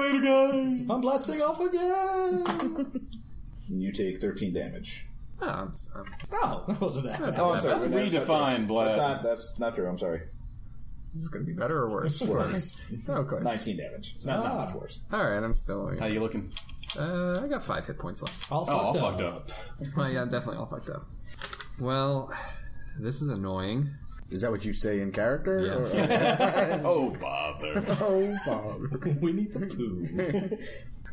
S6: later, guys.
S4: I'm blasting off again.
S3: And you take 13 damage.
S7: Oh, I'm, I'm-
S4: No, that wasn't that. bad.
S3: Oh, I'm sorry.
S6: Redefine
S4: Uh,
S3: That's
S6: blood.
S3: not, that's not true. I'm sorry.
S7: this is going to be better or worse? worse. Oh, of course.
S3: 19 damage. It's not, not
S4: Ah.
S3: much worse.
S7: All right, I'm still.
S6: How you looking?
S7: Uh, I got five hit points left.
S4: All
S6: Oh, all
S4: fucked
S6: fucked
S4: up.
S6: up.
S7: Well, yeah, I'm definitely all fucked up. Well, this is annoying.
S5: Is that what you say in character?
S7: Yes.
S5: Or- uh,
S6: Oh, bother.
S5: oh, Bob.
S4: We need the poo.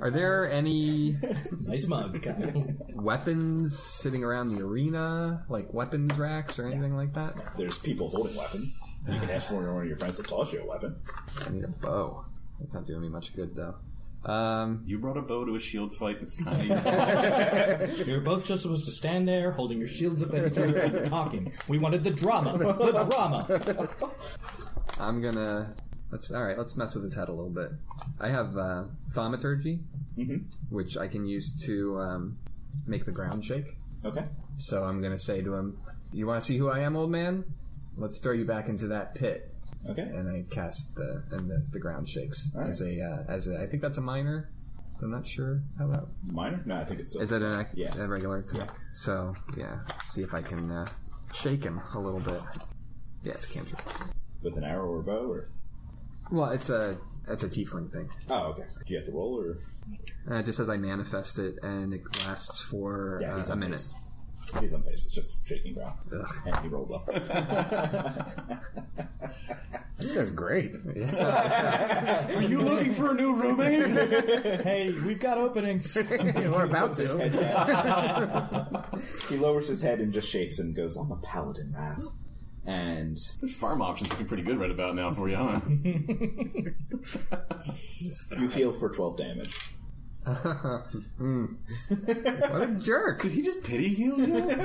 S7: Are there any
S4: Nice mug, Kyle.
S7: weapons sitting around the arena, like weapons racks or anything like that?
S3: There's people holding weapons. You can ask for one of your friends to toss you a weapon.
S7: I need a bow. That's not doing me much good though. Um,
S6: You brought a bow to a shield fight. It's kind of your fault.
S4: You're both just supposed to stand there, holding your shields up at each other, and talking. We wanted the drama. The drama.
S7: I'm gonna let's all right. Let's mess with his head a little bit. I have uh, thaumaturgy, which I can use to um, make the ground shake.
S3: Okay.
S7: So I'm gonna say to him, "You want to see who I am, old man? Let's throw you back into that pit."
S3: Okay.
S7: And I cast the and the, the ground shakes as a uh, as a I think that's a minor. I'm not sure how that
S3: Minor? No, I think it's.
S7: is that an act,
S3: Yeah.
S7: a regular. Yeah. So yeah, see if I can uh, shake him a little bit. Yeah, it's a cantrip.
S3: with an arrow or a bow or.
S7: Well, it's a it's a tiefling thing.
S3: Oh, okay. Do you have to roll or?
S7: Uh, just as I manifest it, and it lasts for
S3: Yeah,
S7: uh,
S3: he's
S7: a
S3: on
S7: minute.
S3: face. He's on face. It's just shaking ground.
S7: Ugh.
S3: And he rolled well.
S5: This guy's great.
S6: Are you looking for a new roommate?
S4: Hey, we've got openings.
S5: We're about to.
S3: he lowers his head and just shakes and goes, "I'm a paladin, Wrath." And
S6: Farm options looking pretty good right about now for you, huh?
S3: you heal for 12 damage.
S7: What a jerk!
S6: Did he just pity heal you?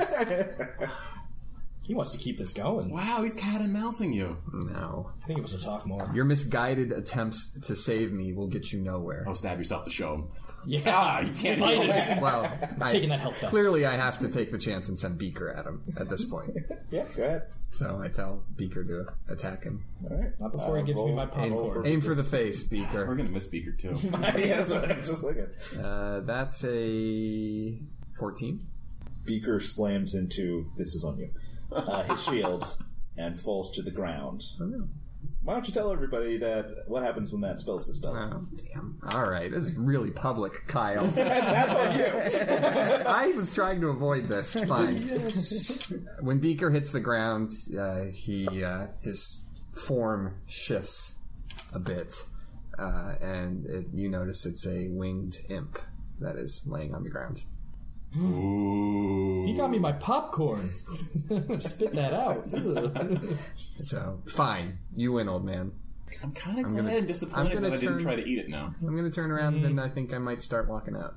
S4: He wants to keep this going.
S6: Wow, he's cat and mousing you.
S7: No,
S4: I think it was a talk more.
S7: your misguided attempts to save me will get you nowhere.
S6: Oh, stab yourself to show him.
S4: Yeah,
S6: you can't
S4: Spite
S6: do
S4: it.
S7: Well, I,
S4: Taking that health down.
S7: clearly I have to take the chance and send Beaker at him at this point.
S3: Yeah, go ahead.
S7: So I tell Beaker to attack him.
S3: All right.
S4: Not before he gives me my popcorn.
S7: Aim for the face,
S6: We're
S7: Beaker.
S6: gonna miss Beaker too.
S3: yeah, that's what I was just looking.
S7: Uh, that's a fourteen.
S3: Beaker slams into this is on you. Uh, his shield and falls to the ground. Why don't you tell everybody that what happens when that spell is spelled?
S7: Oh, damn. All right, this is really public, Kyle.
S3: That's on you.
S7: I was trying to avoid this. Fine. When Beaker hits the ground, uh, he uh, his form shifts a bit, uh, and it, you notice it's a winged imp that is laying on the ground.
S4: He got me my popcorn. Spit that out. Ugh.
S7: So fine, you win, old man.
S6: I'm kind of
S7: gonna-
S6: glad and
S7: I'm
S6: disappointed
S7: gonna
S6: that I didn't
S7: turn-
S6: try to eat it now.
S7: I'm gonna turn around, and I think I might start walking out.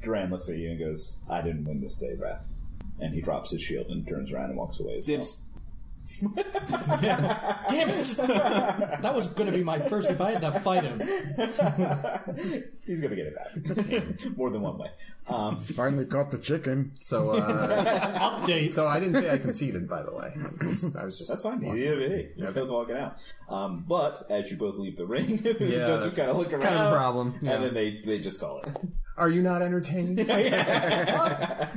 S3: Duran looks at you and goes, I didn't win this day, Wrath. And he drops his shield and turns around and walks away as well.
S6: Dibs.
S4: Damn it! that was going to be my first if I had to fight him.
S3: He's going to get it back. More than one way. Um,
S5: Finally caught the chicken.
S7: So, uh,
S4: Update.
S7: so I didn't say I conceded, by the way. I was just, I was just
S3: that's fine. You- you- Hey, you're both walking out. Um, but as you both leave the ring, the judges
S7: that's
S3: kind of look around.
S7: of a problem, yeah.
S3: Oh. And then they, they just call it.
S7: Are you not entertained?
S4: well,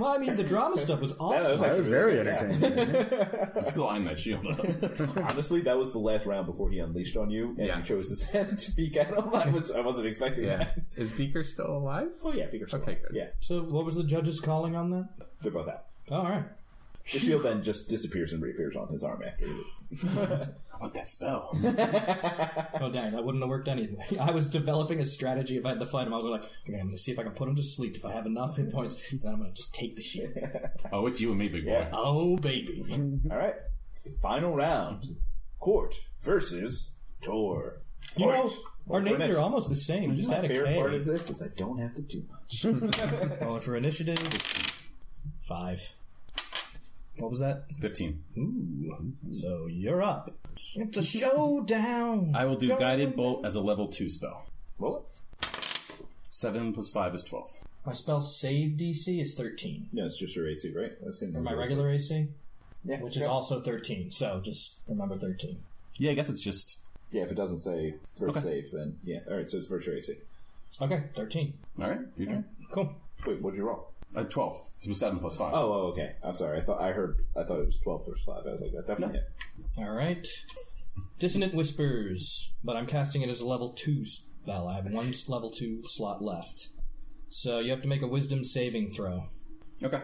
S4: I mean, the drama stuff was awesome.
S3: that was
S5: That was
S3: actually really
S5: very
S3: good, yeah.
S5: entertaining.
S6: I'm still eyeing that shield up.
S3: Honestly, that was the last round before he unleashed on you, and
S7: Yeah.
S3: you chose his head to peek at him. I, was, I wasn't expecting that.
S7: Is Beaker still alive?
S3: Oh, yeah, Peeker's still
S7: Okay,
S3: alive.
S7: good.
S3: Yeah,
S4: so, what was the judges calling on that?
S3: they're both out.
S4: All right.
S3: The shield then just disappears and reappears on his arm after you.
S6: I want that spell.
S4: Oh, dang, that wouldn't have worked anyway. I was developing a strategy if I had to fight him. I was like, okay, I'm going to see if I can put him to sleep. If I have enough hit points, then I'm going to just take the shit.
S6: Oh, it's you and me, big boy.
S3: Yeah.
S4: Oh, baby.
S3: All right. Final round. Court versus Tor.
S4: You know, our
S3: Finish.
S4: names are almost the same. Just
S3: My
S4: add a
S3: favorite
S4: K.
S3: part of this is I don't have to do much.
S4: Rolling for initiative. Five. What was that?
S6: 15.
S4: Ooh. So you're up. It's a showdown.
S6: I will do Guided Bolt as a level 2 spell.
S3: Roll
S6: 7 plus 5 is 12.
S4: My spell save DC is 13.
S3: it. No, it's just your AC, right? That's gonna
S4: Or my
S3: your AC.
S4: regular AC,
S3: Yeah,
S4: which is
S3: yeah.
S4: also 13. So just remember 13.
S6: Yeah, I guess it's just.
S3: Yeah, if it doesn't say first save, then yeah. All right, so it's first your AC.
S4: Okay, 13.
S6: Alright, your turn.
S4: Cool.
S3: Wait, what did you roll?
S6: Uh, 12. So it was 7 plus 5.
S3: Oh, oh, okay. I'm sorry. I thought I heard. I thought it was twelve plus five. I was like, that definitely hit.
S4: All right. Dissonant Whispers, but I'm casting it as a level 2 spell. I have one level 2 slot left. So you have to make a wisdom saving throw.
S6: Okay.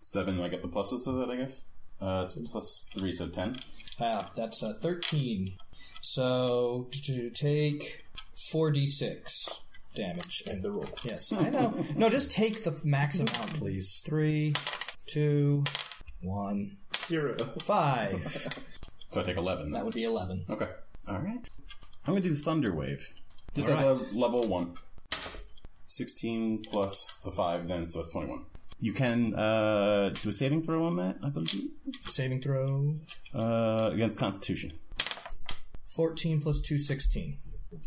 S6: 7, I get the pluses of that, I guess. Uh, it's plus 3, so 10.
S4: Ah, that's a 13. So to take 4d6 damage. And
S3: The roll.
S4: yes, I know. No, just take the max amount, please. Three, two, one,
S3: Zero.
S4: five.
S6: So I take 11.
S4: That
S6: Then.
S4: would be 11.
S6: Okay. Alright. I'm going to do Thunder Wave. Just as
S4: Alright.
S6: a level 1. 16 plus the 5, then, so that's 21. You can uh, do a saving throw on that, I believe.
S4: Saving throw
S6: Uh, against Constitution.
S4: 14 plus 2, 16.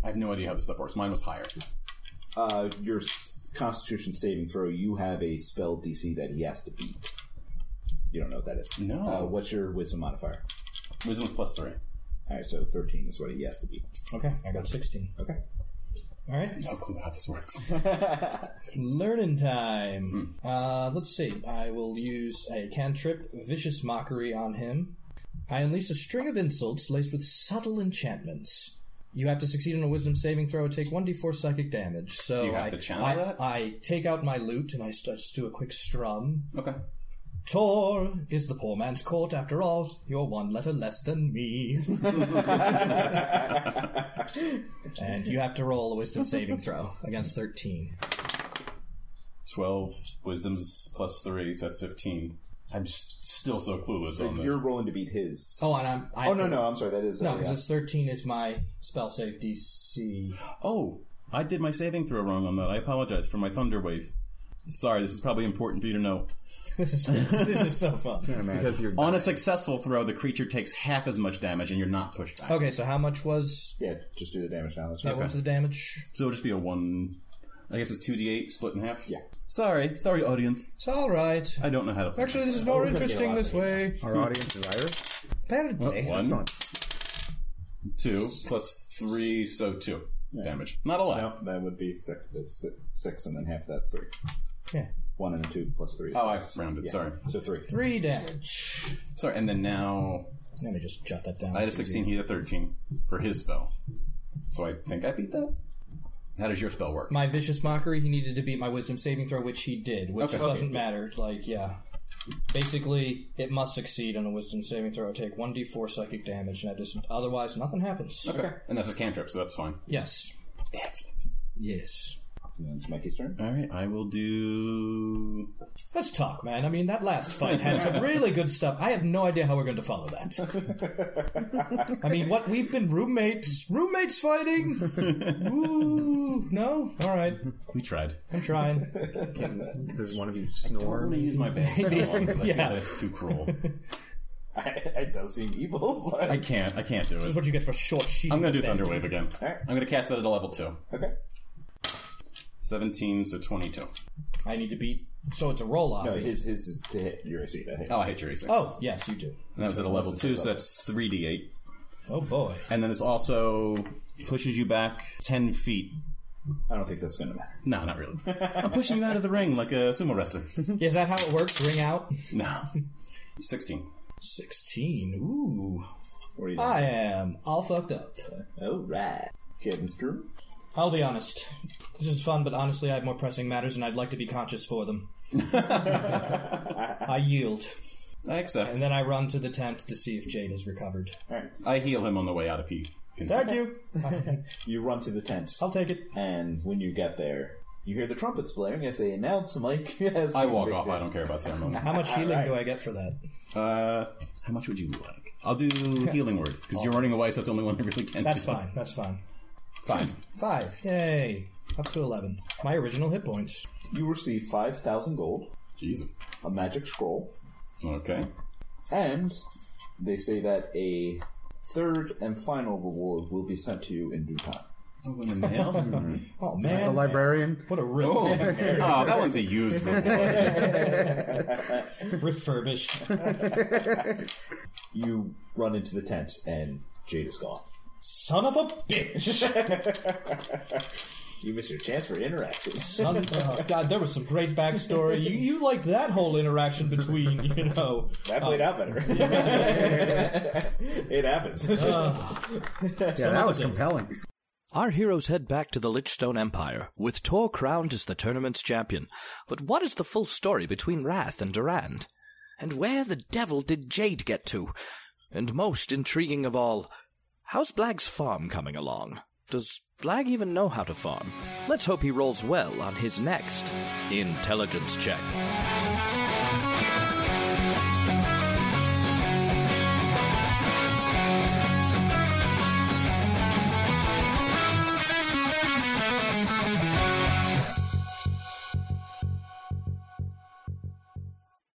S6: I have no idea how this stuff works. Mine was higher.
S3: Uh, your s- Constitution saving throw. You have a spell DC that he has to beat. You don't know what that is.
S6: No.
S4: Oh.
S3: Uh, what's your wisdom modifier?
S6: Wisdom's Uh, plus three.
S3: All right, so thirteen is what he has to beat.
S4: Okay, I got 16.
S3: Okay.
S4: All right.
S6: No clue how this works.
S4: Learning time.
S6: Hmm.
S4: Uh, let's see. I will use a cantrip, vicious mockery on him. I unleash a string of insults laced with subtle enchantments. You have to succeed on a wisdom saving throw and take 1d4 psychic damage. So
S6: Do you have
S4: I,
S6: to channel
S4: I,
S6: that?
S4: I take out my lute and I st- just do a quick strum.
S6: okay.
S4: Tor is the poor man's court after all. You're one letter less than me. and you have to roll a wisdom saving throw against 13.
S6: Twelve wisdom's plus three, so that's fifteen. I'm s- still so clueless on this.
S3: You're rolling to beat his.
S4: Oh, and I'm. I
S3: Oh no, no, I'm sorry. That is
S4: No,
S3: uh,
S4: because
S3: yeah.
S4: it's 13 is my spell save DC.
S6: Oh, I did my saving throw wrong on that. I apologize for my thunder wave. Sorry, this is probably important for you to know.
S4: this, is, this is so fun.
S7: Because you're
S6: On a successful throw, the creature takes half as much damage, and you're not pushed back.
S4: Okay, so how much was
S3: yeah. Just do the damage now. That's
S4: that?
S3: fine.
S4: What was the damage?
S6: So it'll just be a one. I guess it's two d eight split in half.
S3: Yeah.
S6: Sorry, sorry, audience.
S4: It's all right.
S6: I don't know how to. Play.
S4: Actually, this is more
S3: gonna get
S4: interesting
S3: a lot
S4: this way.
S5: Our audience is Irish.
S4: Apparently,
S6: one, two plus three, so two damage. Not a lot.
S3: No, that would be six, that's si- six, and then half of that's three.
S4: yeah,
S3: One and a two plus three. Is
S6: Oh, I
S3: six.
S6: rounded.
S3: Yeah.
S6: Sorry.
S3: So three.
S4: three damage.
S6: Sorry, and then now
S4: Let me just jot that down.
S6: I had a 16, he had a 13 for his spell. So I think I beat that. How does your spell work?
S4: My vicious mockery. He needed to beat my wisdom saving throw, which he did, which
S6: Okay.
S4: doesn't matter. Like, yeah. Basically, it must succeed on a wisdom saving throw. Take 1d4 psychic damage, and I just. Otherwise, nothing happens.
S6: okay. And that's a cantrip, so that's fine.
S4: Yes.
S6: Excellent.
S4: Yes.
S3: And then it's Mikey's turn.
S6: All right, I will do.
S4: A Let's talk, man. I mean, that last fight had some really good stuff. I have no idea how we're going to follow that. I mean, what we've been roommates, roommates fighting. Ooh, no, all right.
S6: We tried.
S4: I'm trying.
S7: Does one of you
S6: I'm
S7: snore?
S6: going to use my band for that one, 'cause I
S4: Yeah.
S6: think that's too cruel.
S3: it does seem evil, but
S6: I can't. I can't do
S4: This is
S6: it.
S4: what you get for short sheet.
S6: I'm going to do Thunderwave again.
S3: Alright.
S6: I'm going to cast that at a level 2.
S3: okay.
S6: 17, so 22.
S4: I need to beat. So it's a roll off.
S3: No, his his is to hit your AC. I think.
S6: Oh, I hit your AC.
S4: oh, yes, you do.
S6: And that was at a level 2, so that's 3d8.
S4: Oh boy.
S6: And then this also pushes you back 10 feet.
S3: I don't think that's going to matter.
S6: No, not really. I'm pushing you out of the ring like a sumo wrestler.
S4: Is that how it works? Ring out.
S6: No. 16.
S4: Sixteen. Ooh.
S3: What are you doing?
S4: I am all fucked up.
S3: All right, Captain Strum.
S4: I'll be honest. This is fun, but honestly, I have more pressing matters, and I'd like to be conscious for them. I yield,
S6: I accept.
S4: and then I run to the tent to see if Jade has recovered.
S6: I heal him on the way out if he can.
S4: Thank you.
S3: You run to the tent,
S4: I'll take it.
S3: and when you get there, you hear the trumpets blaring as they announce Mike. As
S6: I walk off. I don't care about ceremony.
S4: How much healing do I get for that?
S6: Uh, how much would you like? I'll do healing word because you're running away, so that's the only one I really can.
S4: That's
S6: do.
S4: fine. That's fine.
S6: Fine.
S4: Five. Yay. Up to eleven. My original hit points.
S3: You receive five thousand gold,
S6: Jesus.
S3: a magic scroll,
S6: Okay.
S3: and they say that a third and final reward will be sent to you in due time.
S6: Oh, in the mail.
S4: Oh
S5: The
S4: man,
S5: librarian.
S4: what a rip.
S6: oh, Ah, that one's a used reward.
S4: refurbished.
S3: You run into the tent, and Jade is gone.
S4: Son of a bitch.
S3: You miss your chance for interactions.
S4: Son, oh, God, there was some great backstory. You, you liked that whole interaction between, you know. uh,
S3: That
S6: Oh.
S3: played out better. it happens.
S5: Yeah, that was compelling.
S1: Our heroes head back to the Lichstone Empire, with Tor crowned as the tournament's champion. But what is the full story between Wrath and Durand? And where the devil did Jade get to? And most intriguing of all, how's Blag's farm coming along? Does Blag even know how to farm? Let's hope he rolls well on his next intelligence check.